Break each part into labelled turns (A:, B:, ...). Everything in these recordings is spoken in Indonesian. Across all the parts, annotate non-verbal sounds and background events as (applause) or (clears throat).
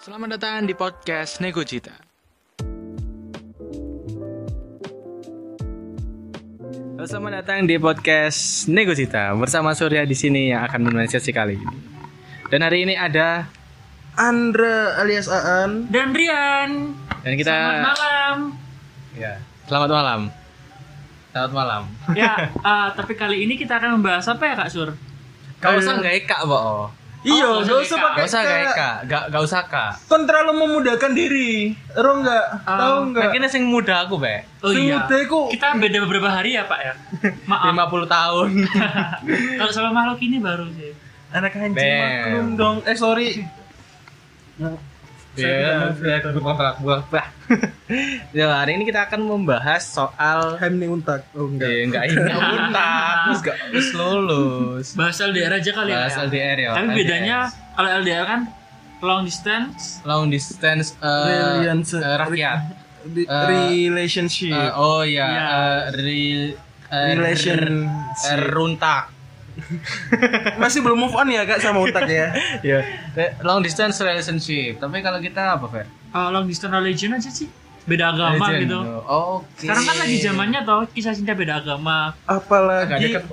A: Selamat datang di podcast Nego Cita. Halo, selamat datang di podcast Nego Cita bersama Surya di sini yang akan menemani sesi kali ini. Dan hari ini ada
B: Andra alias Aan
C: dan Rian.
A: dan kita
C: Selamat malam.
A: Ya, selamat malam. Selamat malam.
C: Ya, (laughs) eh, tapi kali ini kita akan membahas apa ya Kak Sur?
D: Gak usah gak eka, Bo.
B: Iya,
C: Oh,
B: gak usah
C: Eka.
B: pakai
D: Gak usah gak
B: K.
D: eka, gak, gak usah kak.
B: Kan terlalu memudahkan diri Ero nggak? Tahu nggak?
A: Nah,
D: Kayaknya sing muda aku, Be.
C: Oh
B: Sing
C: iya.
B: muda iku.
C: Kita beda beberapa hari ya Pak (laughs) ya.
A: Ah.
C: Maaf.
D: 50 tahun.
C: Kalau sama makhluk ini baru sih.
B: Anak hancur
D: Bem.
B: maklum dong Eh sorry
D: Ya, (laughs) Ya, hari ini kita akan membahas soal
B: (laughs) Hem nih untak Oh enggak
D: Eh, enggak
C: (laughs)
D: ini untak, terus gak terus lulus.
C: Bahas LDR aja kali
D: Bahas
C: ya.
D: LDR ya.
C: Tapi
D: LDR.
C: bedanya kalau LDR kan long distance.
D: long distance eh,
B: Reliance.
D: eh, rakyat.
B: Di-
D: Eh,
B: Relationship
D: Eh, oh ya,
C: Iya.
D: eh, re- eh,
B: Relation
D: eh, runtak.
B: Masih belum move on ya kak sama untak
D: (laughs)
B: ya
D: Ya, long distance relationship. Tapi kalau kita apa, Fer?
C: Eh, long distance religion aja sih. Beda agama
D: Legend.
C: gitu.
D: Oh, Oke.
C: Sekarang kan lagi zamannya tau kisah cinta beda agama.
D: Agak
B: Apalagi
D: dekat.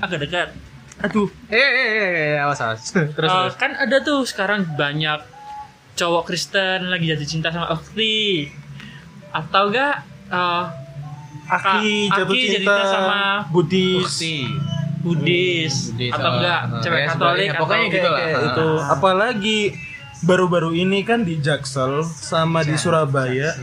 C: Agak dekat.
B: Aduh
D: kan? Eh, eh, eh, eh, awas, awas. (laughs) Terus,
C: Eh,
D: terus.
C: kan ada tuh sekarang banyak cowok Kristen lagi jatuh cinta sama Okti atau enggak eh,
B: Aki
C: Kak-
B: jatuh
C: Aki jatuh
B: cinta
C: cinta sama
B: Budis
D: Bukti.
C: Budis,
D: Budis,
C: atau
D: oh,
C: enggak
D: oh,
C: cewek
D: ya,
C: Katolik
D: sebenarnya,
C: atau
D: pokoknya gitu lah.
B: Kayak
D: Ah.
B: itu Apalagi Baru-baru ini kan di Jaksel Sama di Surabaya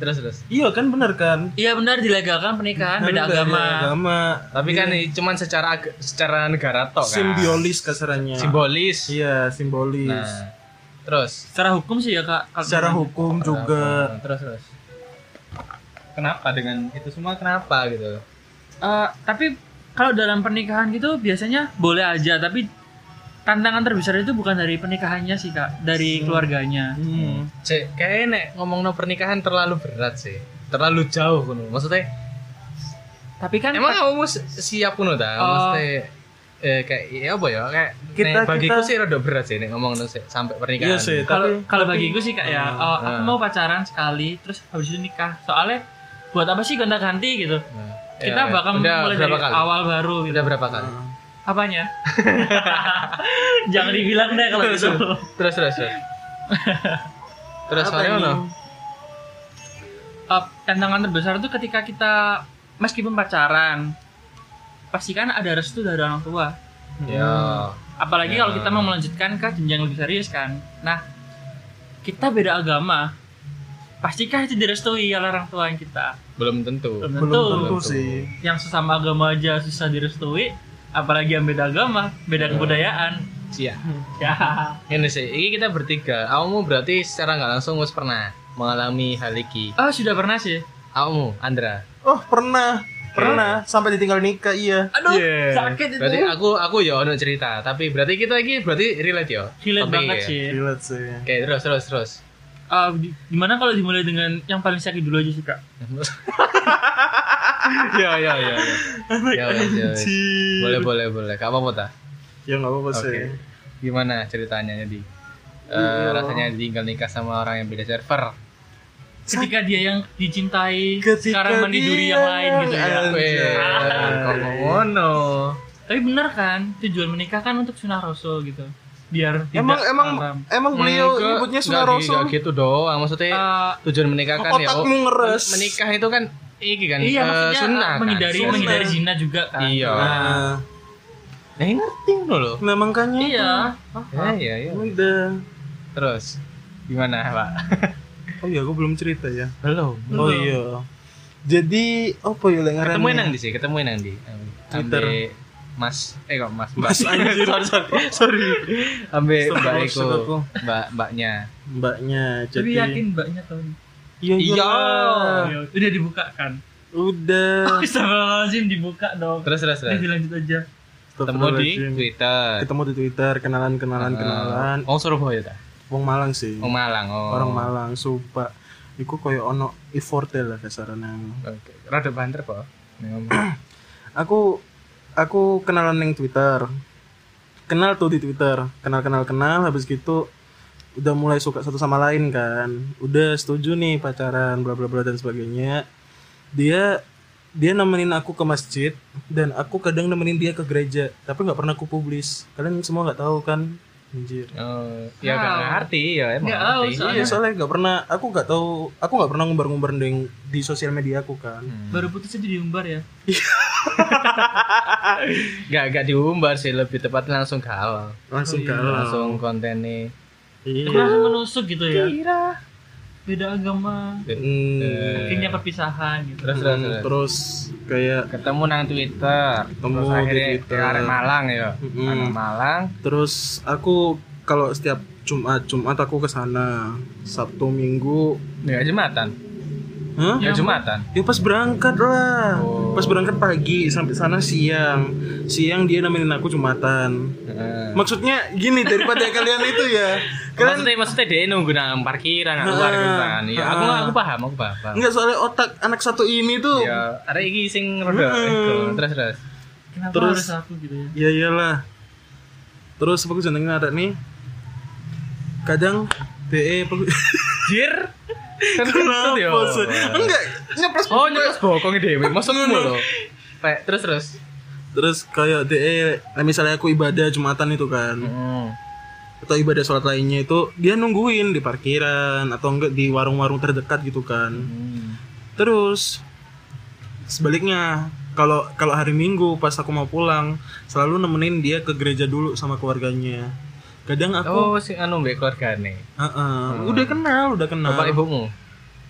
D: Terus, terus.
B: Iya kan bener kan
C: Iya benar dilegalkan pernikahan
B: Kan
C: beda
B: dari
C: agama.
B: agama
D: Tapi kan ini cuman secara ag- secara negara toh kan.
B: simbiolis kasarannya
D: Simbolis.
B: iya simbolis
D: Nah, terus.
C: Secara hukum sih ya kak. Kalau
B: secara
C: menurut-
B: hukum juga
D: Nah, terus, terus. Kenapa dengan itu semua kenapa gitu?
C: Eh, tapi kalau dalam pernikahan gitu biasanya boleh aja tapi tantangan terbesar itu bukan dari pernikahannya sih kak, dari keluarganya.
B: Hmm.
D: Cek, kayaknya nek ngomong pernikahan terlalu berat sih. Terlalu jauh kuno. Maksudnya,
C: Tapi kan
D: emang kamu si- siap kuno ta?
C: Oh.
D: Maksudnya, eh, kayak iya apa ya kayak
B: Kita-
D: nek bagiku
B: kita-
D: sih rada berat sih nek ngomong no, sih, sampai pernikahan
B: iya sih
C: kan? kalau
B: tapi
C: kalau bagi gue sih kak ya oh, aku
D: Ah.
C: mau pacaran sekali terus habis itu nikah soalnya buat apa sih gonta ganti gitu
D: Nah,
C: kita
D: ya,
C: bakal
D: udah
C: mulai dari
D: berapa kali?
C: awal baru gitu
D: Udah berapa
B: Ah,
D: kali?
C: apanya
D: (laughs)
C: jangan dibilang deh kalau gitu (laughs)
D: Terus terus terus. terus
B: Apa
D: hari
B: ini? Hmm.
D: ono.
C: Eh, tantangan terbesar itu ketika kita meskipun pacaran pasti kan ada restu dari orang tua
D: Ya.
C: apalagi
D: Ya.
C: kalau kita mau melanjutkan ke jenjang lebih serius kan nah kita beda agama pastikah itu direstui oleh orang tua kita
D: Belum tentu.
C: belum
B: belum
C: tentu
B: tentu
D: Tentu.
B: sih
C: yang sesama agama aja susah direstui apalagi yang beda agama
D: Ya.
C: beda kebudayaan
D: Iya.
C: ya (laughs)
D: Ini sih, ini kita bertiga. Kamu berarti secara nggak langsung wis pernah mengalami hal iki.
C: oh sudah pernah sih
D: Kamu, Andra.
B: oh pernah pernah sampai ditinggal nikah iya
C: aduh
D: Iya.
C: sakit itu
D: Berarti aku aku ya ono cerita, tapi berarti kita ini berarti relate ya.
C: relate
D: Topik
C: banget
D: ya.
C: sih
B: Gila sih
D: Oke, terus terus terus. (laughs)
C: Eh, di- gimana kalau dimulai dengan yang paling sakit dulu aja sih kak
D: ya ya ya. ya. Ya, wes, ya, wes. Boleh boleh boleh. Gak apa-apa ta?
B: ya nggak apa-apa sih Iya.
D: Oke. Gimana ceritanya jadi? Eh, rasanya ditinggal nikah sama orang yang beda server.
C: ketika dia yang dicintai
B: Ketika
C: sekarang meniduri
B: dia Iya.
C: yang lain gitu ya
B: yang-
D: Weh, kok ngono?
C: tapi bener kan tujuan menikah kan untuk sunah rasul gitu biar tidak
B: emang emang
C: haram.
B: emang Oh, beliau
D: Enggak,
B: nyebutnya
D: enggak
B: Ah. Sunnah
D: gi-
B: Rasul
D: enggak gitu doang. Maksudnya
C: Eh,
D: tujuan menikah kan ya.
C: Oh,
B: otakmu ngeres
D: Menikah itu kan iki kan
C: iya
D: eh,
C: maksudnya
D: sunnah
C: eh,
D: kan?
C: menghindari
D: Sunnah.
C: menghindari zina juga kan
D: Iya.
B: nah,
D: Nah, ini ngerti ngono loh.
B: nah makanya
C: iya
D: Ya, iya, iya.
B: itu. udah
D: Terus gimana, Pak?
B: oh iya aku belum cerita ya
D: Belum.
B: oh iya jadi apa ya lek
D: Ketemu
B: ngarannya?
D: nang di sih, ketemu nang di.
B: Twitter.
D: Ambe Mas, eh kok Mas Mbak.
B: Mas anjir sorry sorry sorry
D: Ambe
B: Stop,
D: Mbak
B: stop,
D: Eko,
B: stop aku.
D: Mbak Mbaknya.
B: mbaknya
C: tapi
B: jadi
C: yakin mbaknya tahu nih.
B: iya
D: Iya.
B: iyalah.
C: Iya, udah dibuka kan
B: udah
C: Astagfirullahaladzim dibuka dong
D: Terus terus
C: Eh
D: terus.
C: dilanjut aja
D: Hmm. Ketemu di Twitter.
B: ketemu di Twitter kenalan kenalan kenalan
D: Oh, Surabaya ta?
B: wong Malang sih
D: Oh, Malang. Oh.
B: Iya. orang Malang sumpah iku koyo ono iforte lah kasarane aku.
D: Oke. Rada banter kok. Nih ngomong.
B: (coughs) aku aku kenalan neng Twitter kenal tuh di Twitter kenal kenal kenal habis gitu udah mulai suka satu sama lain kan udah setuju nih pacaran bla bla bla dan sebagainya dia dia nemenin aku ke masjid dan aku kadang nemenin dia ke gereja tapi nggak pernah aku publis kalian semua nggak tahu kan anjir
D: Oh, ya
C: Wow.
D: gak ngerti ya emang
C: Nggak
D: nggak ngerti.
C: tahu,
B: iya soalnya nggak pernah aku nggak tahu aku nggak pernah ngumbar-ngumbar di, di sosial media aku kan
C: Baru putus aja diumbar ya.
D: Gak gak diumbar sih lebih tepatnya langsung galau.
B: langsung galau
D: Langsung kontennya
B: iya
C: Langsung menusuk gitu ya. Beda agama.
B: Hmm.
D: Iya.
C: Akhirnya perpisahan gitu.
D: Eh, terus terus terus.
B: terus kayak
D: ketemu nang Twitter.
B: Hmm. Ketemu
D: terus
B: di
D: akhirnya
B: Twitter. Hmm.
D: ke arah Malang ya.
B: Mm-mm.
D: Arah Malang.
B: Terus aku kalau setiap Jumat Jumat aku ke sana. Sabtu Minggu.
D: Ya jumatan.
B: Hah?
D: Ya jumatan.
B: Ya pas berangkat lah.
D: Oh.
B: Pas berangkat pagi sampai sana siang. Siang dia nemenin aku Jumatan. Hmm.
D: Heeh.
B: Maksudnya gini
D: (laughs)
B: daripada kalian itu ya. Kalian
D: Ya. Maksudnya maksudnya dia nunggu nang parkiran nang luar
B: Hmm.
D: gitu kan. Ya aku
B: Heeh.
D: aku paham, aku paham. paham.
B: enggak soalnya otak anak satu ini tuh.
D: Ya, ada iki sing rada ego. terus terus.
C: Kenapa
B: Terus-
C: harus aku gitu ya?
B: Ya iyalah. Terus aku jenenge ada nih. Kadang E, DE (laughs)
D: Jir. Kan kentut ya.
B: Kenapa, sih? Enggak, nyepres
D: Oh, nyepes bokong dhewe. Maksudmu lho. Pe, terus terus.
B: Terus kayak DE nah misalnya aku ibadah Jumatan itu kan.
D: Hmm.
B: atau ibadah sholat lainnya itu dia nungguin di parkiran atau enggak di warung-warung terdekat gitu
D: Hmm.
B: kan terus sebaliknya kalau kalau hari minggu pas aku mau pulang selalu nemenin dia ke gereja dulu sama keluarganya kadang aku
D: Oh, sing anu mbek keluargane.
B: "Ah, ah, udah kenal udah kenal
D: Bapak ibumu.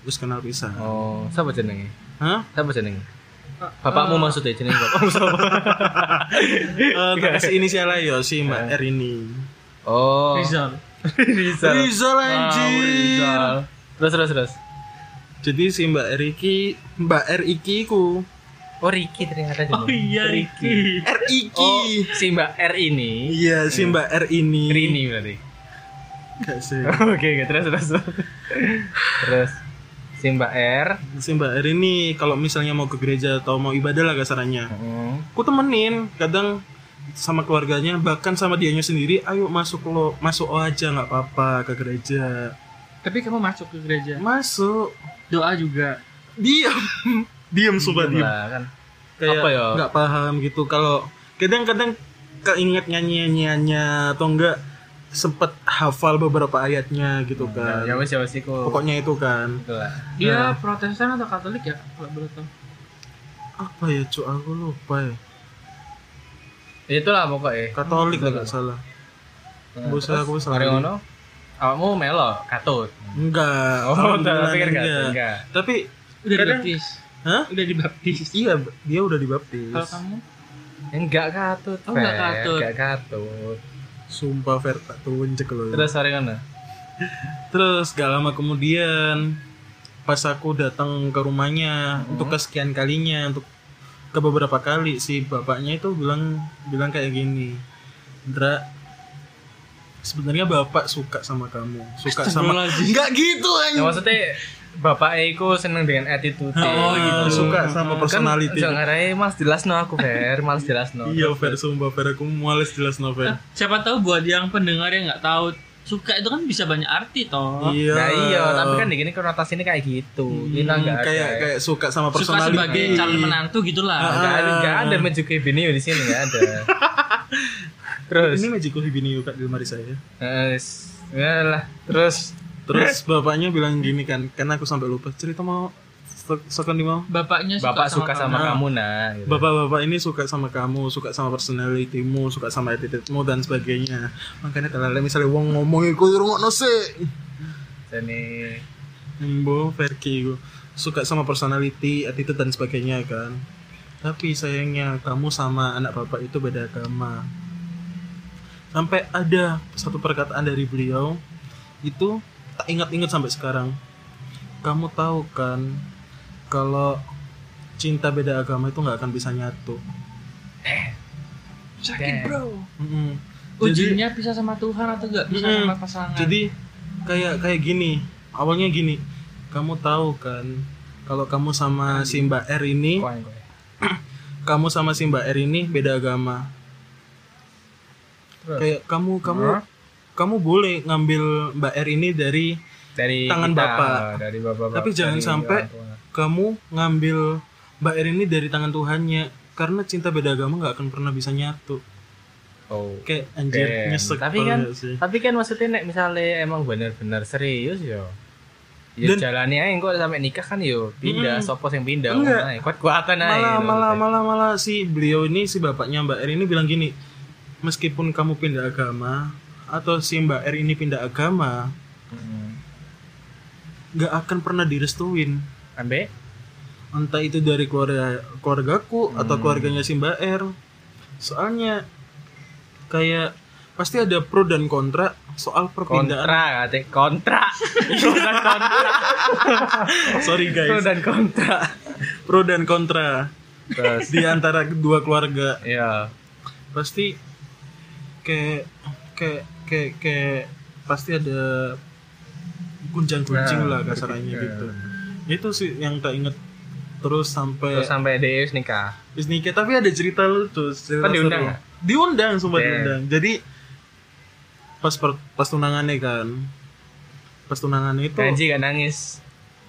B: terus kenal bisa
D: Oh, siapa jenenge?
B: hah
D: Siapa jenenge?
B: Ah,
D: Bapakmu maksudnya jenenge
B: (laughs)
D: bapakmu siapa?
B: Eh, tak
D: (laughs)
B: kasih inisial aja si mbak
D: Eh.
B: R ini
D: Oh.
C: Rizal.
D: Rizal.
B: Rizal
D: Oh,
B: anjir
D: Rizal. Terus terus terus.
B: jadi si mbak R iki mbak R iki ku
D: Oh, Riki ternyata
C: Oh
D: jenenge.
C: iya Riki.
B: R iki
D: Oh, si Mbak R ini.
B: iya si mbak R ini
D: Rini berarti.
B: Gak sih
D: Oke, (laughs) oke, terus terus. terus si Mbak R.
B: Si Mbak R ini kalau misalnya mau ke gereja atau mau ibadah lah kasarannya,
D: Hmm.
B: aku temenin kadang sama keluarganya bahkan sama dianya sendiri, ayo masuk lo masuk aja nggak apa-apa ke gereja,
C: Tapi kamu masuk ke gereja.
B: masuk
C: Doa juga.
B: diam (laughs) diam sobat diam
D: Lah, kan.
B: kayak
D: Apa ya?
B: nggak paham gitu kalau kadang-kadang keinget nyanyi nyanyiannya atau enggak sempet hafal beberapa ayatnya gitu kan
D: Ya wis ya wis iku.
B: pokoknya itu kan
D: Gitu lah.
C: Dia Iya, Protestan atau Katolik ya? Kalau boleh tahu.
B: apa ya cu aku lupa ya
D: Itulah Ya pokoknya.
B: Katolik lah nggak salah Bos aku salah.
D: Mari ngono. Awakmu melo katut. Oh,
B: Enggak. alhamdulillah
D: tak pikir
B: enggak.
D: katut enggak.
B: Tapi
C: Udah
B: Kadang-
C: dibaptis.
B: Hah?
C: Udah dibaptis.
B: Iya, dia udah dibaptis.
C: Kalau kamu
D: Enggak katut.
C: Oh, enggak
D: Fer.
C: katut.
D: Enggak katut.
B: Sumpah Fer tak tunjuk loh. Terus,
D: Terus mari ngono.
B: terus gak lama kemudian pas aku datang ke rumahnya untuk kesekian kalinya untuk ke beberapa kali si bapaknya itu bilang bilang kayak gini. Indra sebenarnya bapak suka sama kamu, suka sama
C: Astagfirullahaladzim.
B: Enggak gitu
D: Ya
B: anjing.
D: maksudnya bapak Eko seneng dengan attitude.
B: Oh, gitu. Suka sama personality.
D: Kan jangan arai mas jelas no aku Fer, mas jelas no.
B: iya, Fer sumpah Fer aku males jelas novel.
C: siapa tahu buat yang pendengar yang nggak tahu suka itu kan bisa banyak arti toh.
B: Iya.
D: Nah iya, tapi kan di gini konotasi ini kayak gitu. Kita
B: Hmm,
D: enggak ada.
B: kayak kayak suka sama
C: Suka
B: personality.
C: sebagai calon menantu gitulah.
D: Enggak ada, enggak ada
B: Ah.
D: Mejuki Binio di sini enggak
B: (laughs)
D: ada. Terus
B: Ini Majiko Hibini Yuka di lemari saya.
D: eh, s- ya lah, terus
B: Terus bapaknya bilang gini kan, karena aku sampai lupa cerita mau sok- sokan di mau.
C: Bapaknya suka
D: bapak
C: sama
D: suka
C: kamu.
D: sama kamu nah. gitu.
B: Bapak-bapak ini suka sama kamu, suka sama personalitymu, suka sama attitude-mu dan sebagainya. Makanya kalau misalnya wong ngomong iku rungokno sik.
D: Jadi
B: Embo Verki iku. suka sama personality, attitude dan sebagainya kan. Tapi sayangnya kamu sama anak bapak itu beda agama. Sampai ada satu perkataan dari beliau itu tak ingat-ingat sampai sekarang. Kamu tahu kan kalau cinta beda agama itu nggak akan bisa nyatu.
C: Sakit
D: Damn.
C: bro.
B: Mm-mm. Jadi-
C: Ujungnya bisa sama Tuhan atau nggak bisa
B: Mm-mm.
C: sama pasangan.
B: jadi kayak kayak gini awalnya gini kamu tahu kan kalau kamu sama si Mbak R ini
D: koin koin.
B: kamu sama si Mbak R ini beda agama
D: Terus?
B: kayak kamu kamu
D: Hah?
B: kamu boleh ngambil Mbak R ini dari
D: dari eh,
B: Tangan Bapak.
D: dari bapak
B: Tapi jangan sampai kamu ngambil Mbak R ini dari tangan Tuhannya karena cinta beda agama nggak akan pernah bisa nyatu.
D: oh
B: Kayak anjir
D: Damn.
B: nyesek
D: Tapi
B: tau
D: kan-
B: nggak sih?
D: tapi kan maksudnya nek misalnya emang bener-bener serius yo Ya
B: Dan-
D: jalannya aja kok sampai nikah kan yo pindah,
B: Mm-mm.
D: sopos yang pindah,
B: Enggak.
D: ngomong aja. kuat-kuatan aja.
B: malah
D: gitu.
B: malah malah malah si beliau ini si bapaknya Mbak R ini bilang gini meskipun kamu pindah agama atau si Mbak R ini pindah agama
D: Mm-mm.
B: nggak akan pernah direstuin
D: Ambek?
B: entah itu dari keluarga keluargaku atau
D: Hmm.
B: keluarganya si Mbak R soalnya kayak pasti ada pro dan kontra soal
D: kontra
B: perpindahan
D: kata (laughs) kontra dan kontra
B: (laughs) sorry guys
D: dan kontra
B: pro dan kontra
D: terus
B: di antara kedua keluarga
D: ya
B: pasti kayak kayak kayak kayak pasti ada gunjang
D: Nah,
B: gunjing lah kasarnya gitu itu sih yang tak inget terus sampai
D: terus sampai Deus nikah
B: Terus nikah tapi ada cerita lucu cerita
D: Kan diundang
B: seru.
D: nggak?
B: diundang sumpah
D: Damn.
B: diundang jadi pas per, pas tunangannya kan pas tunangannya itu
D: Gaji gak nangis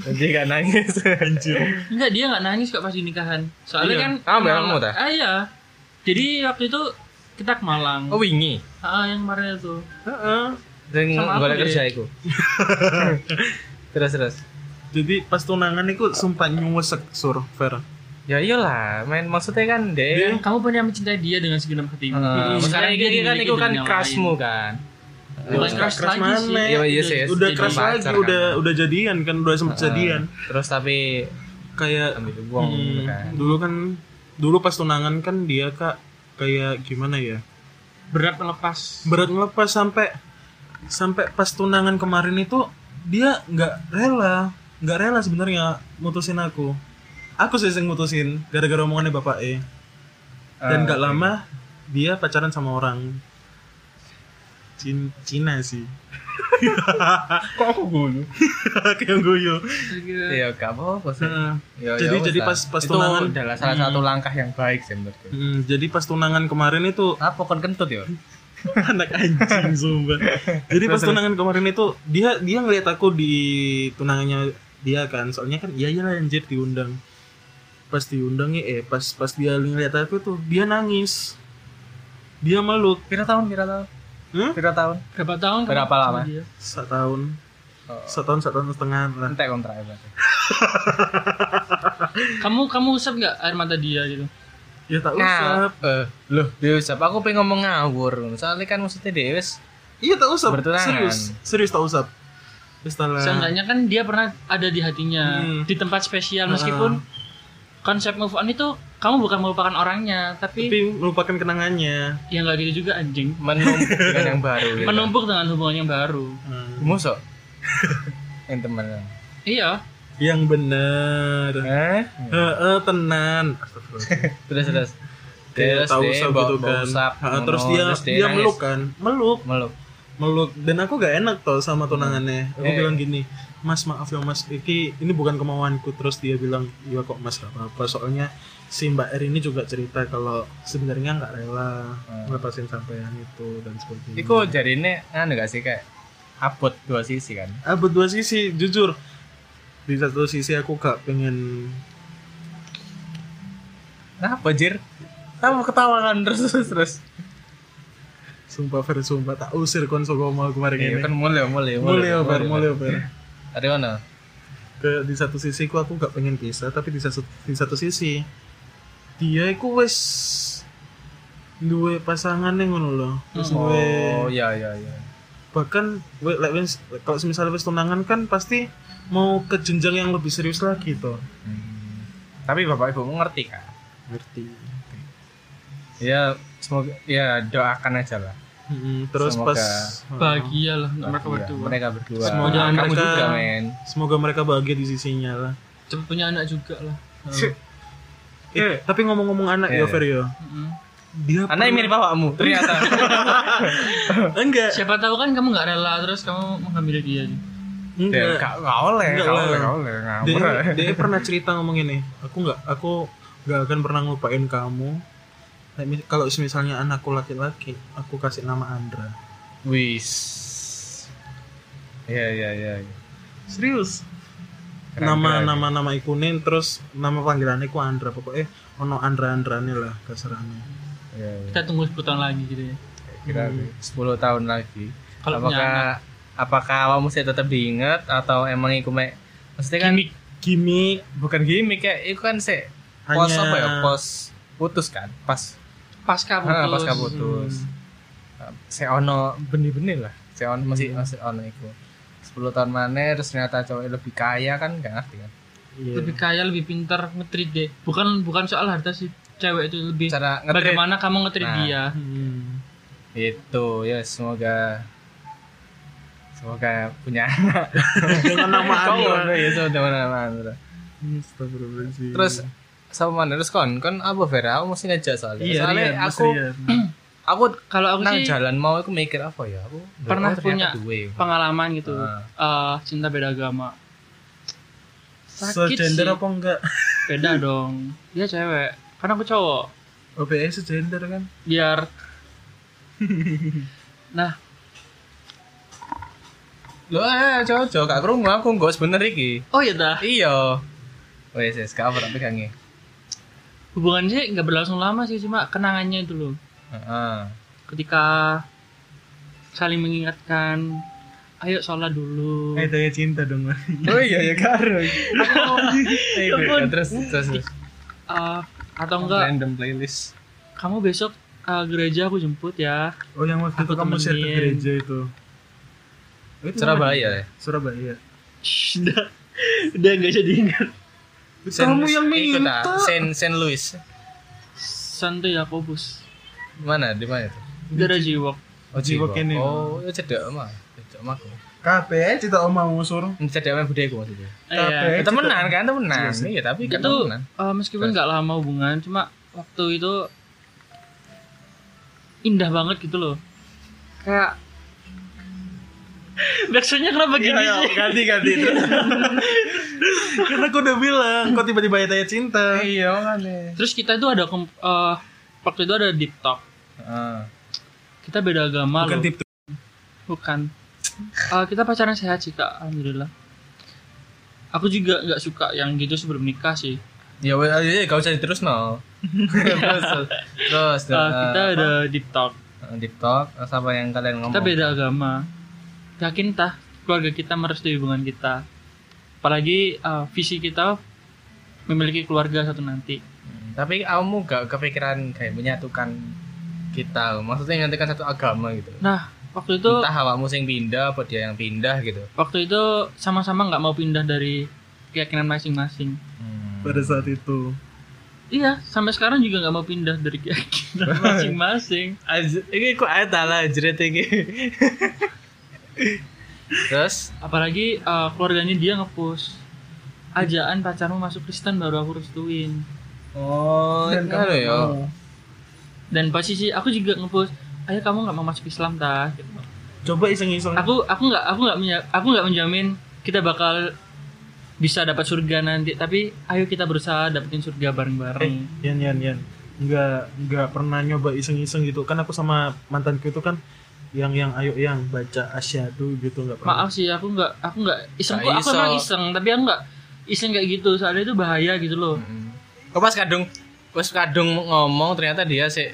D: Gaji gak nangis (laughs) anjir
C: Enggak, dia nggak nangis kok pas di nikahan. Soalnya
D: Iya.
C: kan
D: Ah, Malang
C: kenal-
D: mau tah?
C: Ah, iya. Jadi waktu itu kita ke Malang.
D: oh wingi
C: Ah, yang kemarin itu.
B: Heeh.
D: sing
C: Sama aku
D: golek
C: deh.
D: kerja (laughs) iku terus terus
B: jadi pas tunangan itu sumpah nyuwesek sur Fer
D: ya iyalah main maksudnya kan
B: Dia-
D: deh
C: Kamu pernah mencintai dia dengan segenap hatimu.
D: Eh,
C: Maksudnya
D: Karena
C: dia
D: ini kan
C: dimiliki
D: itu kan
C: dengan yang
D: crushmu kan
C: lain. Bukan crush
B: Crush
C: lagi sih.
B: mana?
D: Iya, iya sih.
B: udah
D: Jadi
B: crush lagi
D: pacar kan.
B: udah udah jadian kan udah sempet jadian
D: Eh, Terus tapi
B: kayak
D: ambil buang
B: hmm,
D: kan
B: dulu kan dulu pas tunangan kan dia kak kayak gimana ya
C: Berat melepas.
B: berat ngelepas sampai sampai pas tunangan kemarin itu dia nggak rela nggak rela sebenarnya mutusin aku aku sih yang mutusin gara-gara omongannya bapak E
D: Ah, Eh,
B: dan nggak lama dia pacaran sama orang Cin- Cina sih (laughs)
D: Kok aku guyu?
B: kayak guyu
D: Ya gak apa-apa sih
B: Heeh.
D: Ya,
B: Hmm. Jadi-
D: ya
B: jadi
D: wes
B: pas-
D: lah.
B: pas
D: itu
B: tunangan.
D: adalah salah satu langkah yang baik sih menurutku.
B: Hmm, jadi pas tunangan kemarin itu
D: Apa kon kentut ya?
B: (laughs) anak anjing sumpah jadi pas tunangan kemarin itu dia dia ngeliat aku di tunangannya dia kan soalnya kan iya iyalah anjir diundang pas diundangnya eh pas pas dia ngeliat aku tuh dia nangis dia meluk
D: Pira tahun, pira tahun,
B: hmm?
D: pira tahun.
C: Berapa tahun? kamu
D: Berapa
C: sama
D: lama?
C: dia?
B: satu tahun
D: Oh.
B: satu tahun satu tahun setengah lah
D: Entek kontrak ya. berarti.
C: Kamu kamu usap nggak air mata dia gitu?
B: ya tak
D: Nah,
B: usap
D: eh, loh, dia usap. Aku pengen ngomong ngawur. Soalnya kan maksudnya dia wes
B: iya tak usap
D: Bertunangan.
B: serius serius tak usap setelah
C: Seenggaknya kan dia pernah ada di hatinya,
B: Hmm.
C: di tempat spesial meskipun
D: Nah.
C: konsep move on itu kamu bukan melupakan orangnya, tapi,
B: tapi melupakan kenangannya
C: ya nggak gitu juga anjing.
D: menumpuk dengan yang baru. Gitu.
C: Menumpuk dengan hubungan yang baru.
B: Hmm.
D: Musuh. yang teman.
C: Iya.
B: yang bener
D: Eh?
B: Heeh, tenan Astagfirullah.
D: Terus terus.
B: Kayak tahu
D: dia
B: usap
D: bawa-
B: gitu
D: bawa
B: kan.
D: usap,
B: Ha, terus
D: ngono.
B: dia dia
D: nangis.
B: meluk kan, meluk,
D: meluk.
B: meluk. Dan aku gak enak tau sama tunangannya. Aku
D: Eh.
B: bilang gini, Mas maaf ya Mas, iki ini bukan kemauanku. Terus dia bilang, iya kok Mas gak apa-apa. Soalnya si Mbak R ini juga cerita kalau sebenarnya nggak rela
D: Hmm.
B: ngelepasin sampean itu dan sebagainya.
D: Iku jadinya anu gak sih kayak abot dua sisi kan.
B: Ah, berdua sisi, jujur. Di satu sisi aku gak pengen
D: Kenapa jir? Kamu ketawa kan terus terus terus.
B: sumpah Fer, sumpah tak usir kon saka omah aku kemarin
D: Iya
B: ini.
D: kan mulai mulai
B: Mulai Fer, mulai Fer.
D: Tadi mana?
B: ke di satu sisi ku aku nggak pengen pisah tapi di satu di satu sisi dia iku wes dua pasangan yang ngono loh terus duwe
D: Oh iya iya iya.
B: bahkan we, like, wes- kalau misalnya wes tunangan kan pasti mau ke jenjang yang lebih serius lagi toh
D: Hmm. Tapi bapak ibu ngerti kan?
B: ngerti
D: Ya semoga ya doakan aja lah.
B: Mm-mm, terus
D: Semoga-
B: pas oh,
C: Bahagialah untuk
D: Iya,
C: mereka berdua.
D: Hmm. Mereka berdua.
B: Semoga
D: kamu
B: mereka-
D: juga men.
B: semoga mereka bahagia di sisinya lah
C: Cepet punya anak juga lah.
B: Eh, tapi ngomong-ngomong anak ya
D: Iya.
B: Fer ya
C: Mm-mm.
B: dia
D: Anak yang mirip bapakmu ternyata.
B: enggak
C: Siapa tahu kan kamu nggak rela terus kamu mengambil
D: Ya
C: dia.
B: (laughs) enggak
D: gak gak oleh,
B: Enggak
D: gak
B: lah.
D: oleh, gak oleh. Ngawur.
B: dia, dia pernah cerita ngomong ini aku nggak aku nggak akan pernah ngelupain kamu Like, mis- kalau misalnya anakku laki-laki aku kasih nama Andra
D: Wis. Ya ya ya.
B: Serius.
D: Keren,
B: Nama
D: keren.
B: nama nama ikunin terus nama panggilannya ku Andra pokoknya eh, ono Andra Andrane lah kasarannya.
D: ya, ya.
C: Kita tunggu 10 tahun lagi gitu ya.
D: Kira
B: Hmm.
D: 10 tahun lagi.
C: Kalau punya
D: apakah apakah awakmu sih tetap diingat atau emang iku mek mesti kan
C: Gimik.
B: Gimik
D: bukan gimmick ya, itu kan sih pos
B: Hanya-
D: apa ya? Pos putus kan, pas
C: Pasca putus.
D: ah, pasca
B: Hmm.
D: putus. Saya ono benih-benih lah. Saya ono masih
C: Hmm.
D: masih ono iku. 10 tahun mana terus ternyata cowok lebih kaya kan nggak ngerti kan
B: Iya.
C: Lebih kaya, lebih pintar ngetrit deh. Bukan bukan soal harta si cewek itu lebih
D: cara ngetrit
C: bagaimana kamu ngetrit
D: Nah.
C: dia.
B: Hmm.
D: Itu ya semoga semoga
C: (laughs)
D: punya anak.
B: Dengan nama
D: Kau
B: Andra.
D: ngono ya sama teman-teman.
B: Astagfirullahaladzim.
D: Terus sama mana terus kon kon apa Vera? Aku mesti ngejak soalnya.
B: Iya,
D: soalnya
B: Rian, Mas
D: aku (clears throat)
B: Rian.
D: aku
C: Kalau aku
D: nang
C: sih
D: jalan mau aku mikir apa ya? Aku oh,
C: Pernah
D: ternyata
C: punya
D: duwe.
C: pengalaman gitu.
D: Ah.
C: Eh, cinta beda agama. Sakit
B: segender
C: sih.
B: apa enggak?
C: Beda dong. Dia cewek. Karena aku cowok.
B: OBS segender kan?
D: (laughs)
C: biar nah
D: Loh, eh, cocok. Gak krungu aku nggak bener iki.
C: oh iya dah
D: Iya. Wes, wes, gak apa-apa ya. kange.
C: hubungan sih nggak berlangsung lama sih cuma kenangannya itu loh
D: Heeh.
C: ketika saling mengingatkan ayo sholat dulu
B: Eh, daya cinta dong.
D: Oh iya ya karo.
C: Ya ampun.
D: Terus terus terus.
C: Eh, atau enggak
D: random playlist.
C: kamu besok eh, gereja aku jemput ya
B: Oh, yang waktu itu
C: Aku
B: kamu share ke
C: temenin.
B: gereja itu. Itu
D: Surabaya ya.
B: mana? Surabaya.
C: Shh, (laughs) udah udah nggak jadi ingat
B: Kamu yang
D: ikut,
B: minta.
D: ah. Saint Saint Louis.
C: santo yakobus
D: Mana di mana itu?
C: gereja jiwok
D: Oh,
B: Jiwok ini.
D: Oh, ya cedek mah. Cedek mah aku.
B: Kabeh cita omah ngusur.
D: Ini Cedek mah budaya aku maksudnya.
C: Iya.
B: Eh,
D: Ya, temenan kan, temenan.
B: Iya sih.
D: Iya, tapi kan
C: itu
D: temenan.
C: eh, meskipun nggak lama hubungan cuma waktu itu indah banget gitu loh kayak (laughs) backsoundnya kenapa gini
B: Ayo,
C: sih
B: ganti (laughs) ganti terus. Karena aku udah bilang, kok tiba-tiba ya tanya cinta.
D: Iya, makanya.
C: terus kita itu ada kom- eh, waktu itu ada deep talk
D: Heeh.
C: kita beda agama
B: Bukan
C: loh
B: tip
C: bukan Eh, kita pacaran sehat sih kak alhamdulillah aku juga nggak suka yang gitu sebelum nikah sih
D: Ya, wes, ayo, ayo, gak usah terus no. terus, terus, terus,
C: Eh, kita ada deep talk
D: eh, TikTok, terus apa yang kalian ngomong?
C: kita beda agama yakin tah keluarga kita merestui hubungan kita apalagi uh, visi kita memiliki keluarga satu nanti
D: Hmm, Tapi kamu gak kepikiran kayak menyatukan kita, maksudnya menyatukan satu agama gitu.
C: nah waktu itu
D: Entah awakmu yang pindah, apa dia yang pindah gitu.
C: waktu itu sama-sama nggak mau pindah dari keyakinan masing-masing
D: Hmm.
B: pada saat itu.
C: iya sampai sekarang juga nggak mau pindah dari (laughs) keyakinan masing-masing
D: Az- ini kok ayat ala jerit ini. (laughs) Terus,
C: apalagi uh, keluarganya dia ngepush ajaan pacarmu masuk Kristen baru aku restuin
D: oh,
B: kamu
D: itu ya.
B: mau.
C: dan posisi aku juga ngepush ayo kamu nggak mau masuk Islam tah gitu.
B: Coba iseng-iseng.
C: aku aku nggak aku nggak menya- aku nggak menjamin kita bakal bisa dapat surga nanti tapi ayo kita berusaha dapetin
B: Eh,
C: surga bareng-bareng
B: Yan, Yan, Yan. Nggak, nggak pernah nyoba iseng-iseng gitu. Kan aku sama mantanku itu kan yang yang ayo yang baca asyhadu gitu nggak pernah.
C: maaf sih aku nggak aku nggak iseng
D: Nggak
C: kok aku
D: iso.
C: emang iseng tapi aku nggak iseng kayak gitu soalnya itu bahaya gitu loh
D: Hmm. Kok pas kadung pas kadung ngomong ternyata dia sih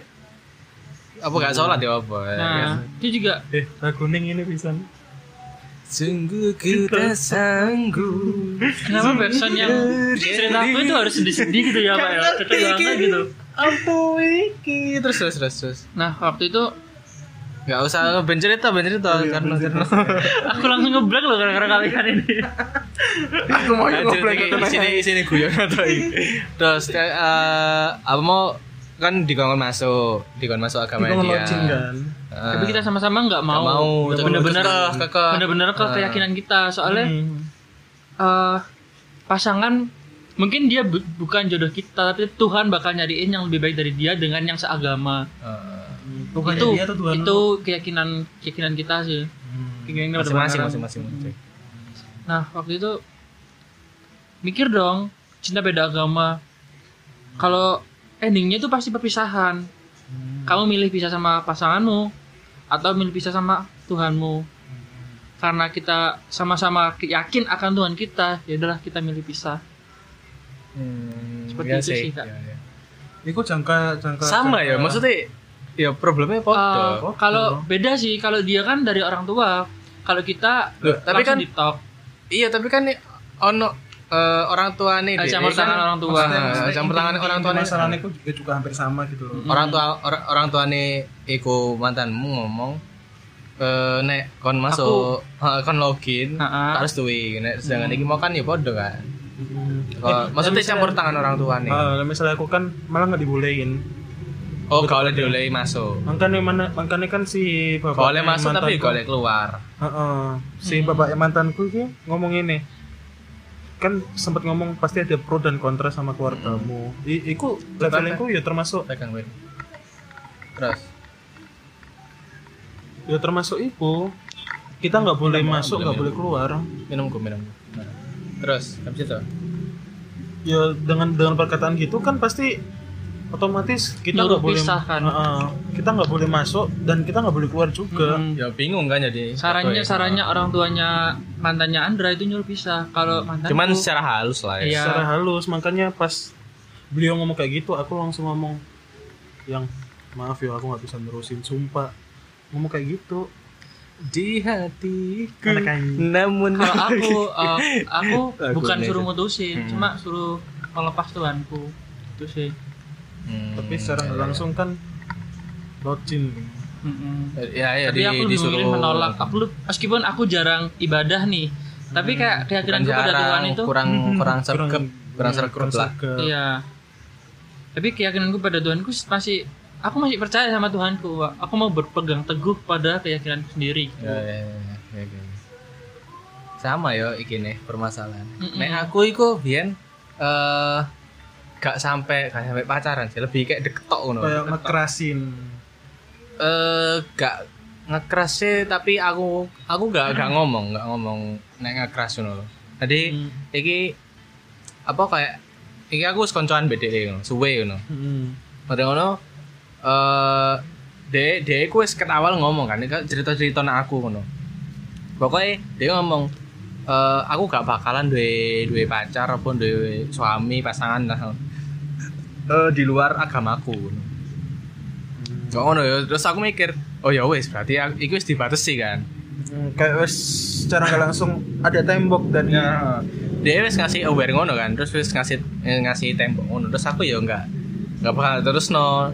D: apa gak sholat ya apa ya kan?
C: nah itu juga
B: Eh, lagu kuning ini bisa.
D: Sungguh ku tak sanggup
C: kenapa backsound yang cerita aku itu harus sedih-sedih gitu ya pak ya cocok banget gitu
D: Apa iki Terus terus terus terus
C: nah waktu itu
D: Gak usah oh, ben cerita Iya, ben cerita karena karena
C: aku langsung ngeblank loh gara-gara kalian ini
B: Aku mau
D: Nah, cerita iki sini sini guyon atau iki. Terus kayak, eh, apa mau kan dikongkon masuk dikongkon masuk agama dia
B: Kamu launching kan?
D: Eh,
C: tapi kita sama-sama nggak mau,
D: mau. Eh.
C: Nggak bener-bener
D: Kekeh, kekeh.
C: bener-bener ke keyakinan kita soalnya
B: Hmm.
C: eh pasangan mungkin dia bu- bukan jodoh kita tapi Tuhan bakal nyariin yang lebih baik dari dia dengan yang seagama
D: eh,
B: Bukannya
C: itu
B: dia tuh Tuhan Hmm.
C: itu keyakinan keyakinan kita sih keyakinan
D: masing-masing
C: bertentangan.
D: masing-masing
C: nah waktu itu mikir dong cinta beda agama kalau endingnya itu pasti perpisahan kamu milih pisah sama pasanganmu atau milih pisah sama Tuhanmu karena kita sama-sama yakin akan Tuhan kita ya adalah kita milih pisah
D: Hmm,
C: Seperti
D: iya
C: itu sih, Kak.
D: Iya, iya.
B: Iku jangka jangka
D: Sama ya,
B: jangka-
D: maksudnya ya problemnya
C: Eh,
D: foto.
C: kalau beda sih kalau dia kan dari orang tua kalau kita
D: Loh, tapi
C: langsung
D: kan-
C: di talk
D: iya, tapi kan nih ono eh, orang tua nih,
C: Eh,
D: Dek,
C: campur
D: kan-
C: tangan orang tua.
D: Maksudnya, maksudnya campur tangan
B: inti-
D: orang
B: inti
D: tua nih.
B: masalahnya itu juga, juga hampir sama gitu loh.
D: orang tua orang orang tua nih iku mantanmu ngomong eh nek kon masuk (laughs) eh, kon login
C: Ha-ha.
D: harus duwe nek sedangkan iki mau kan ya podo kan Eh, maksudnya campur tangan orang tua nih
C: eh,
B: Ah, misalnya aku kan malah nggak dibolehin.
D: oh gak oleh diolehi masuk
B: Makanya mana makanya kan si
D: gak
B: bapak
D: oleh masuk tapi gak Hmm. oleh keluar
B: Heeh. si bapak mantanku itu ngomong ini kan sempat ngomong pasti ada pro dan kontra sama keluargamu.
D: Hmm.
B: I, iku levelingku ya termasuk
D: pegang Ben. terus
B: ya termasuk iku kita nggak boleh masuk
D: ya.
B: nggak boleh keluar
D: minum gue minum gua. Nah. terus habis itu
B: ya dengan dengan perkataan gitu kan pasti otomatis kita nggak
C: Nyuruh
B: boleh
C: pisah kan.
B: Heeh. kita nggak boleh masuk dan kita nggak boleh keluar juga
C: Mm.
D: ya bingung kan jadi
C: sarannya
D: Betul ya.
C: sarannya orang tuanya mantannya Andra itu nyuruh pisah kalau mantan
D: cuman secara halus lah ya
C: Iya.
B: secara halus makanya pas beliau ngomong kayak gitu aku langsung ngomong yang maaf ya aku nggak bisa nerusin sumpah ngomong kayak gitu
D: di hatiku
B: Anak anjing.
D: namun
C: kalau aku eh, aku
B: Lagu
C: bukan
B: ini
C: suruh
B: aja.
C: mutusin cuma suruh melepas Tuhanku itu sih
D: (laughs) Hmm,
B: tapi secara nggak
D: iya, iya.
B: langsung kan locin
C: Mm-mm.
D: ya ya
C: tapi
D: di-
C: aku lebih
D: disuruh
C: memilih menolak aku lu- meskipun aku jarang ibadah nih tapi
D: Hmm.
C: kayak
D: bukan
C: keyakinan pada Tuhan
D: jarang
C: itu Hmm.
D: kurang Hmm, kurang sergap kurang, sergap
B: Hmm, serkep
D: lah
C: iya tapi keyakinanku pada Tuhanku masih aku masih percaya sama Tuhanku Wak. aku mau berpegang teguh pada keyakinanku sendiri
D: Ya, ya, ya, ya, ya. sama yo iki nih permasalahan
C: Mm-mm.
D: nek aku iku biyen eh gak sampai gak sampai pacaran sih lebih kayak deket tok ngono
B: kayak ngekerasin
D: eh gak ngekeras sih tapi aku aku gak gak ngomong gak ngomong nek ngekeras ngono jadi
C: Hmm.
D: iki apa kayak iki aku wis koncoan BDE ngono suwe ngono
B: Heeh.
D: Padahal ngono eh de de ku wis ketawal ngomong kan cerita-cerita nang aku ngono. Pokoknya dia ngomong eh aku gak bakalan duwe duwe pacar apa duwe suami pasangan lah. Eh di luar agamaku ngono. Kok ngono ya terus aku mikir, oh ya wis berarti aku, iku wis dibatasi kan.
B: Hmm, kayak wes secara nggak langsung ada tembok dan
D: Nah, dia wis ngasih aware ngono kan, terus wis ngasih eh, ngasih tembok ngono. Terus aku ya enggak enggak bakal terus no.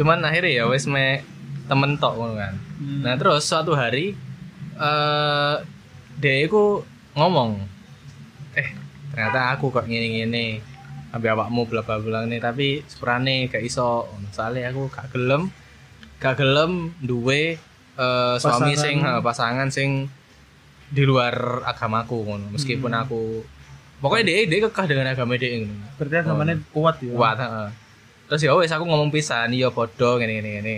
D: Cuman akhirnya ya wis me temen tok ngono kan. Nah, terus suatu hari eh dia iku ngomong eh ternyata aku kok ngene-ngene sampai awakmu bla bla bla nih tapi sepurane gak iso soalnya aku gak gelem gak gelem duwe eh, suami
B: Pasangan.
D: sing eh, pasangan sing di luar agamaku ngono meskipun
B: Hmm.
D: aku pokoknya dia dia kekeh dengan agama dia ngono Oh,
B: berarti agamanya
D: iya.
B: kuat ya
D: kuat heeh. terus ya wes aku ngomong pisan ya podo gini gini gini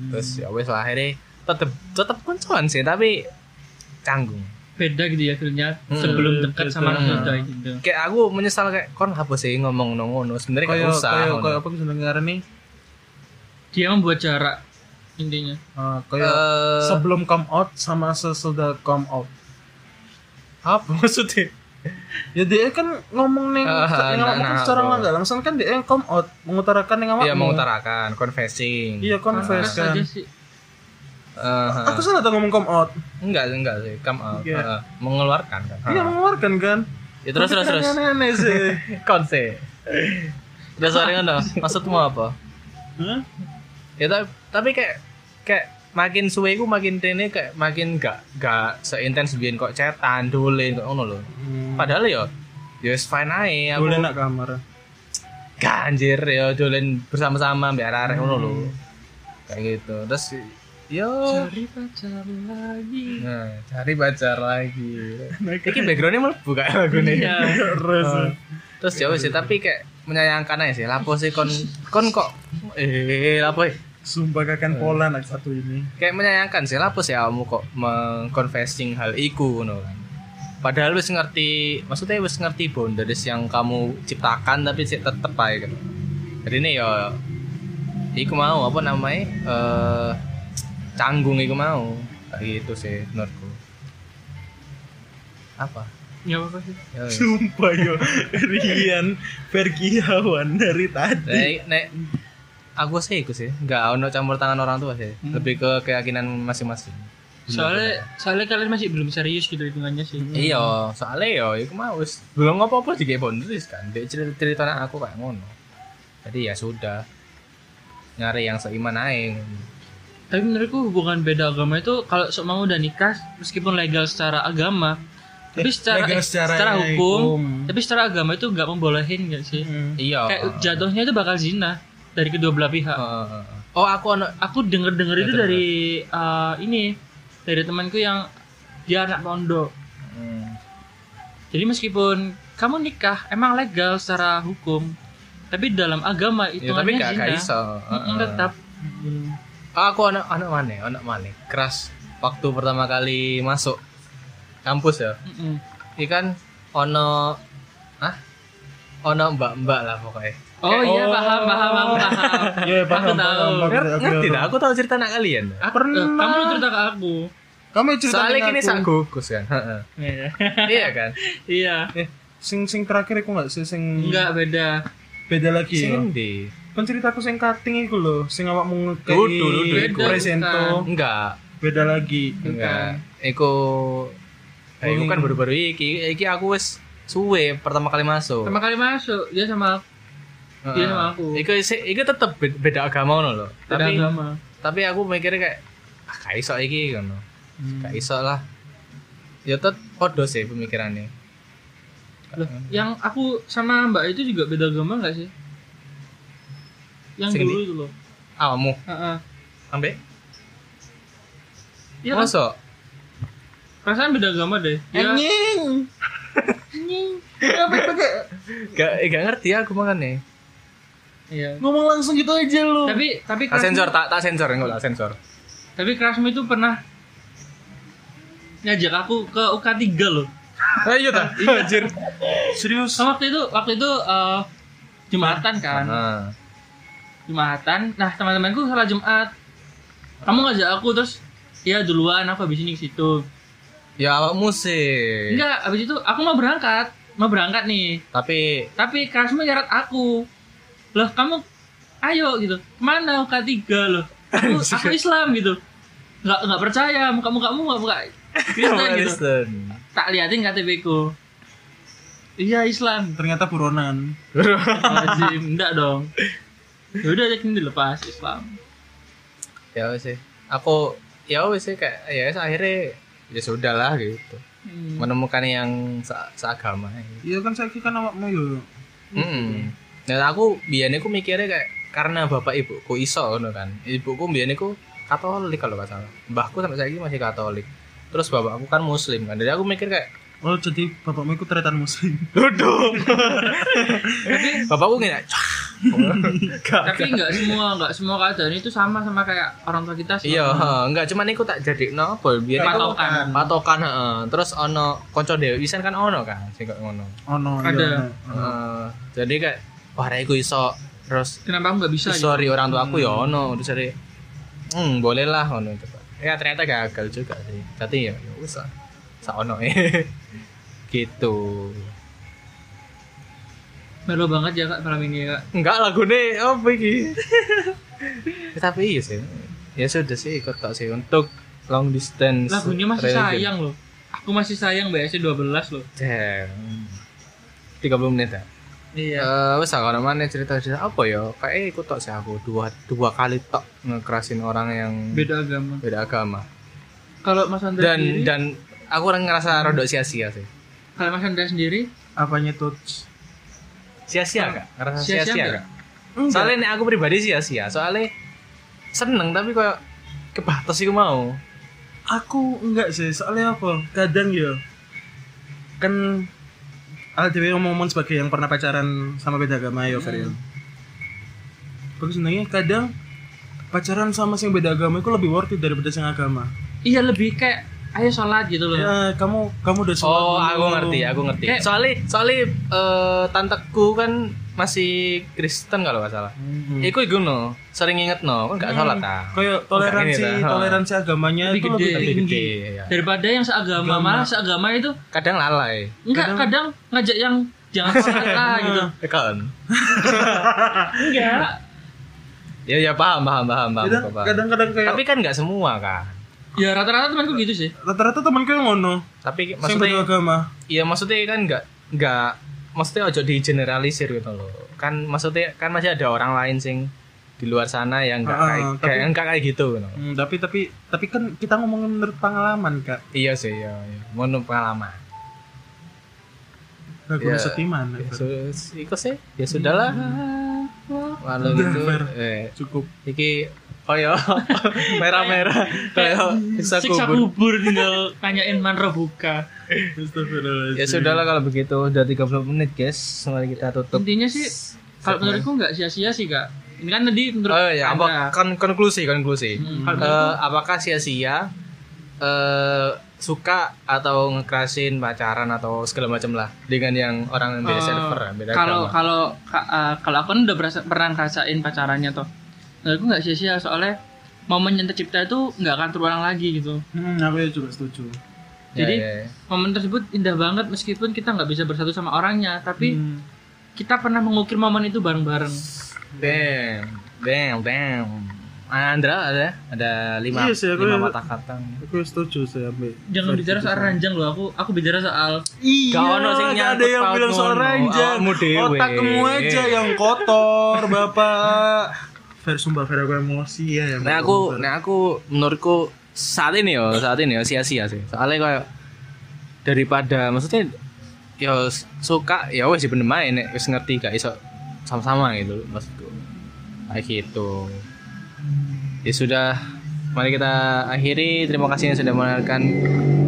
B: Hmm.
D: terus ya wes lah akhirnya tetep tetep koncoan sih tapi canggung
C: beda gitu ya feelnya
D: Hmm.
C: sebelum dekat sama
D: Hmm.
C: Tuhan gitu
D: kayak aku menyesal kayak kon apa sih ngomong nongono sebenarnya
B: kayak
D: gak usah
B: kayak
D: ngono.
B: kayak apa sebenarnya nih
C: dia membuat jarak intinya
B: Ah, kayak
D: Eh,
B: sebelum come out sama sesudah come out
D: apa maksudnya
B: ya dia kan ngomong nih
D: Ah,
B: yang
D: nah,
B: ngomong
D: nah,
B: secara
D: apa.
B: nggak langsung kan dia yang come out mengutarakan yang awak
D: Iya mengutarakan confessing
B: iya confess
C: Terus aja
B: kan
C: sih
D: Eh, eh.
B: aku salah tuh ngomong come out
D: enggak enggak sih come out
B: Iya.
D: Eh, eh. mengeluarkan kan
B: iya mengeluarkan kan
D: ya, terus terus terus
B: aneh
D: (laughs)
B: sih
D: konse terus hari ngono maksudmu apa
B: Hah?
D: ya tapi, tapi kayak kayak makin suwe ku makin tene kayak makin gak gak seintens biyen kok cetan dolen kok ngono lho padahal ya ya wis fine ae aku
B: boleh nak kamar
D: gak anjir ya dolen bersama-sama mbek arek ngono lho kayak gitu terus yo
C: cari pacar lagi
D: nah cari pacar lagi iki backgroundnya mlebu kayak lagune
C: iya
B: terus
D: terus jauh sih tapi kayak menyayangkan aja sih lapo sih kon kon kok eh lapo eh.
B: sumpah kakan pola anak satu ini
D: kayak menyayangkan sih lah sih kamu kok mengkonfessing hal iku ngono kan. Padahal wis ngerti, maksudnya wis ngerti boundaries yang kamu ciptakan tapi sih tetep aja gitu. Jadi ini ya iku mau apa namanya? eh canggung iku mau. kayak itu sih menurutku apa
C: (laughs) nggak apa-apa sih
D: Ya wes.
B: (laughs) Sumpah yo Rian Pergiawan dari tadi
D: nek, nek aku sih ikut sih nggak ono campur tangan orang tua sih lebih ke keyakinan masing-masing
C: soalnya soalnya kalian masih belum serius gitu hitungannya sih
D: iya soalnya yo iku mau wis belum apa-apa juga boundaries kan dek cerita cerita anak aku kayak ngono jadi ya sudah nyari yang seiman aing
C: tapi menurutku hubungan beda agama itu kalau sok mau udah nikah meskipun legal secara agama tapi secara
B: legal
C: eh,
B: secara- ya,
C: hukum,
B: hukum.
C: tapi secara agama itu nggak membolehin nggak sih
B: Hmm.
D: iya
C: kayak
B: Oh.
C: jatuhnya itu bakal zina dari kedua belah pihak
D: Heeh. oh aku ono
C: aku denger dengar itu dari eh, ini dari temanku yang dia anak pondok
D: Hmm.
C: jadi meskipun kamu nikah emang legal secara hukum tapi dalam agama itu
D: Ya, tapi gak, gak iso.
C: Mm-mm,
D: Heeh.
C: tetap
D: Ah, aku anak anak mana? Anak mana? Keras. Waktu pertama kali masuk kampus ya.
C: Mm-mm.
D: Ikan ono ah ono mbak-mbak lah pokoknya.
C: oh iya
B: Oh.
C: paham paham aku
D: (laughs)
C: paham
B: (laughs) Iya, paham,
C: aku tahu
B: paham, paham. Aku
D: Ngerti
B: tahu.
D: tak? Aku tahu cerita anak kalian.
C: Aku- eh, kamu cerita ke aku
B: Kamu cerita
D: Soalnya kini sak gugus kan. Heeh. iya kan?
C: (laughs) iya
B: Eh, Sing sing terakhir aku nggak sih sing
C: enggak beda
B: beda lagi ya.
D: Sing di.
B: Penceritaku sing cutting iku lho, sing awakmu ngekei
D: Dudu, dudu,
C: iku.
B: presento
D: Enggak,
B: beda lagi.
D: enggak. Iku eh, iku kan baru-baru iki, iki aku wis suwe pertama kali masuk.
C: pertama kali masuk dia sama dia sama aku.
D: Iku isi- iku tetep be- beda agama ngono lho.
C: beda
D: Tapi
C: agama
D: tapi aku mikirnya kayak ah gak iso iki ngono. Gak
C: Hmm.
D: iso lah. Ya tet podo sih pemikirannya.
C: Loh, yang aku sama mbak itu juga beda agama nggak sih yang
D: Sing
C: dulu itu loh
D: Awakmu
C: Heeh.
D: ambek?
C: Iya kan?
D: Masa?
C: perasaan beda agama deh Ya. Dia-
B: Anjing.
D: Gak eh, gak ngerti aku makane.
C: iya
B: Ngomong langsung gitu aja lu.
C: tapi tapi
D: Tak
C: kerasmu,
D: sensor, tak tak sensor, enggak tak sensor.
C: tapi kerasmu itu pernah ngajak aku ke UK 3 loh Eh,
D: Ayo ta. Anjir.
B: Serius.
C: Nah, waktu itu waktu itu eh, jumatan kan
D: Heeh.
C: jumatan nah teman-temanku salah jumat kamu ngajak aku terus ya duluan aku habis ini ke situ
D: Ya awakmu sih.
C: enggak habis itu aku mau berangkat mau berangkat nih
D: Tapi
C: tapi kerasmu nyarat aku loh kamu ayo gitu kemana UK 3 loh aku, aku Islam gitu nggak nggak percaya muka muka kamu nggak nggak Kristen gitu
D: Iya, Kristen.
C: tak liatin KTP ku iya Islam
B: Ternyata buronan.
C: Lazim, enggak dong Ya Yaudah ajakin dilepas Islam
D: Ya wis sih. Aku ya wis sih kayak ya wis, akhirnya ya sudah lah gitu.
C: Hmm.
D: Menemukan yang se- seagama gitu.
B: Iya kan saya kan awakmu yo.
D: Mm Dan aku biasanya aku mikirnya kayak karena bapak ibuku iso ngono kan. Ibuku biasanya aku Katolik kalau nggak salah. Mbahku sampai saat ini masih Katolik. Terus bapakku kan Muslim kan. Jadi aku mikir kayak
B: Oh jadi bapakmu itu tretan muslim. (laughs)
D: bapakku kayak "Cah."
C: Tapi enggak semua, enggak semua keadaan itu sama sama kayak orang tua kita sih.
D: iya, heeh. enggak cuman aku tak jadi no, biar aku
C: Patokan.
D: patokan heeh. Terus ono konco dewi Isan kan ono kan, sing kayak ngono.
B: Oh no.
C: Ada.
B: iya, no.
D: Heeh. Eh, jadi kayak wah aku iso terus
C: Kenapa aku nggak bisa? gitu?
D: sorry orang tua aku ya ono terus dari hmm boleh lah ono coba ya ternyata gagal juga sih tapi ya ya usah sa ono e. (laughs) gitu
C: Melo banget ya kak malam ini ya kak.
D: enggak lagu nih apa iki (laughs) Ya, tapi iya sih ya sudah sih ikut tak sih untuk long distance
C: Lagunya masih
D: religion.
C: sayang loh. Aku masih sayang BS 12 loh.
D: Damn. 30 menit ya
C: Iya.
D: Eh, wes lah, kalau mana cerita cerita apa ya? Kayak ikut tok sih aku dua dua kali tok ngekerasin orang yang
C: Beda agama.
D: beda agama.
C: Kalau Mas Andre
D: dan
C: sendiri,
D: dan aku orang ngerasa rodok sia-sia sih
C: kalau Mas Andre sendiri,
B: Apanya touch?
D: sia-sia gak ngerasa
C: Sia-sia
D: sia-sia
C: nggak?
D: gak soalnya nek aku pribadi sia-sia soalnya seneng tapi kayak kebatas iku mau
B: Aku enggak sih, soalnya apa? Kadang ya kan LDW ngomong sebagai yang pernah pacaran sama beda agama ya, Feril. Tapi sebenarnya kadang pacaran sama yang beda agama itu lebih worth it daripada yang agama.
C: iya lebih kayak ayo sholat
D: Iya.
C: gitu loh.
B: Ya, kamu kamu udah sholat
D: oh
B: belum?
D: aku ngerti aku ngerti
C: Kayak-
D: soalnya soalnya eh, tanteku kan masih Kristen kalau nggak salah. Iku iku no, sering inget no, kan nggak sholat ta.
B: Hmm. Kayak toleransi
D: Enggak, ini dah.
B: toleransi agamanya
C: Lebih
B: itu
C: gede.
B: lebih
D: Tapi
B: tinggi.
D: gede, ya.
C: daripada yang seagama
B: Agama.
C: malah seagama itu
D: Kadang lalai.
C: enggak kadang, ngajak yang jangan sholat lah gitu
D: Ya Kan?
C: enggak
D: Ya ya paham paham paham paham.
B: Iya, Kadang-
D: paham.
B: Kadang-kadang kayak
D: Tapi kan nggak semua kan.
C: ya rata-rata temanku gitu sih
B: rata-rata temanku yang ngono,
D: Tapi
B: yang
D: maksudnya
B: beragama.
D: Iya maksudnya kan nggak nggak maksudnya ojo di generalisir gitu loh. Kan maksudnya kan masih ada orang lain sing di luar sana yang nggak
B: Ah,
D: kayak
B: tapi-
D: kayak nggak kayak gitu. Gitu.
B: Hmm, tapi tapi tapi kan kita ngomongin menurut pengalaman kak.
D: Iya sih, iya, iya. Menurut pengalaman.
B: Gak
D: Ya.
B: yeah. setiman.
D: Ya, su- Iku sih, ya sudahlah. Walau
B: Udah,
D: gitu,
B: Fer.
D: eh,
B: Cukup.
D: iki koyo (laughs) merah-merah koyo bisa
C: siksa
D: kubur.
C: kubur tinggal tanyain manro buka
D: Ya
B: Astagfirullahaladzim.
D: sudahlah kalau begitu, udah 30 menit guys. Mari kita tutup.
C: intinya sih kalau menurutku nggak sia-sia sih kak ini kan tadi menurut
D: Oh ya,
C: Anda.
D: apa kon- konklusi konklusi.
C: Hmm.
D: Eh, apakah sia-sia eh suka atau ngekerasin pacaran atau segala macam lah dengan yang orang yang beda
C: Eh,
D: server, beda
C: kalau
D: agama?
C: kalau ka- eh, kalau aku kan udah berasa- pernah ngerasain pacarannya toh menurutku nggak sia-sia soalnya momen yang tercipta itu nggak akan terulang lagi gitu
B: Hmm, aku ya juga setuju.
D: Ya,
C: jadi-
D: ya, ya.
C: momen tersebut indah banget meskipun kita nggak bisa bersatu sama orangnya tapi
B: Hmm.
C: kita pernah mengukir momen itu bareng-bareng
D: damn, damn, damn. Andra ada ada lima
B: Iya sih, aku
D: lima
B: ya-
D: mata kata.
B: Aku setuju saya ambil.
C: jangan bicara soal ranjang loh aku aku bicara soal
B: Iya,
D: Gak ono sing
B: gak ada
D: nyangkut
B: yang
D: paut
B: bilang soal
D: ngono.
B: ranjang.
D: Awakmu dewe.
B: Otakmu aja yang kotor, Bapak. Fer sumpah Fer aku emosi ya. yang
D: Nah aku,
B: kotor.
D: nah aku menurutku saat ini yo, saat ini yo sia-sia sih. Soalnya kayak daripada maksudnya yo suka ya wes bener main nek wis ngerti gak iso sama-sama gitu maksudku. Kayak gitu. Ya sudah, mari kita akhiri. Terima kasih yang sudah mendengarkan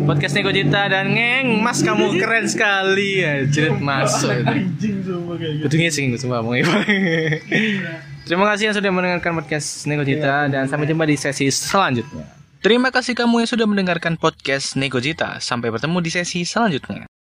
D: podcast Nego Cita dan ngeng Mas kamu keren sekali ya. Jerit masuk. itu.
B: anjing sumpah kayak gitu.
D: Kudu ngising gue sumpah mau ngipang. Terima kasih yang sudah mendengarkan podcast Nego Cita dan sampai jumpa di sesi selanjutnya. Terima kasih kamu yang sudah mendengarkan podcast Nego Cita. Sampai bertemu di sesi selanjutnya.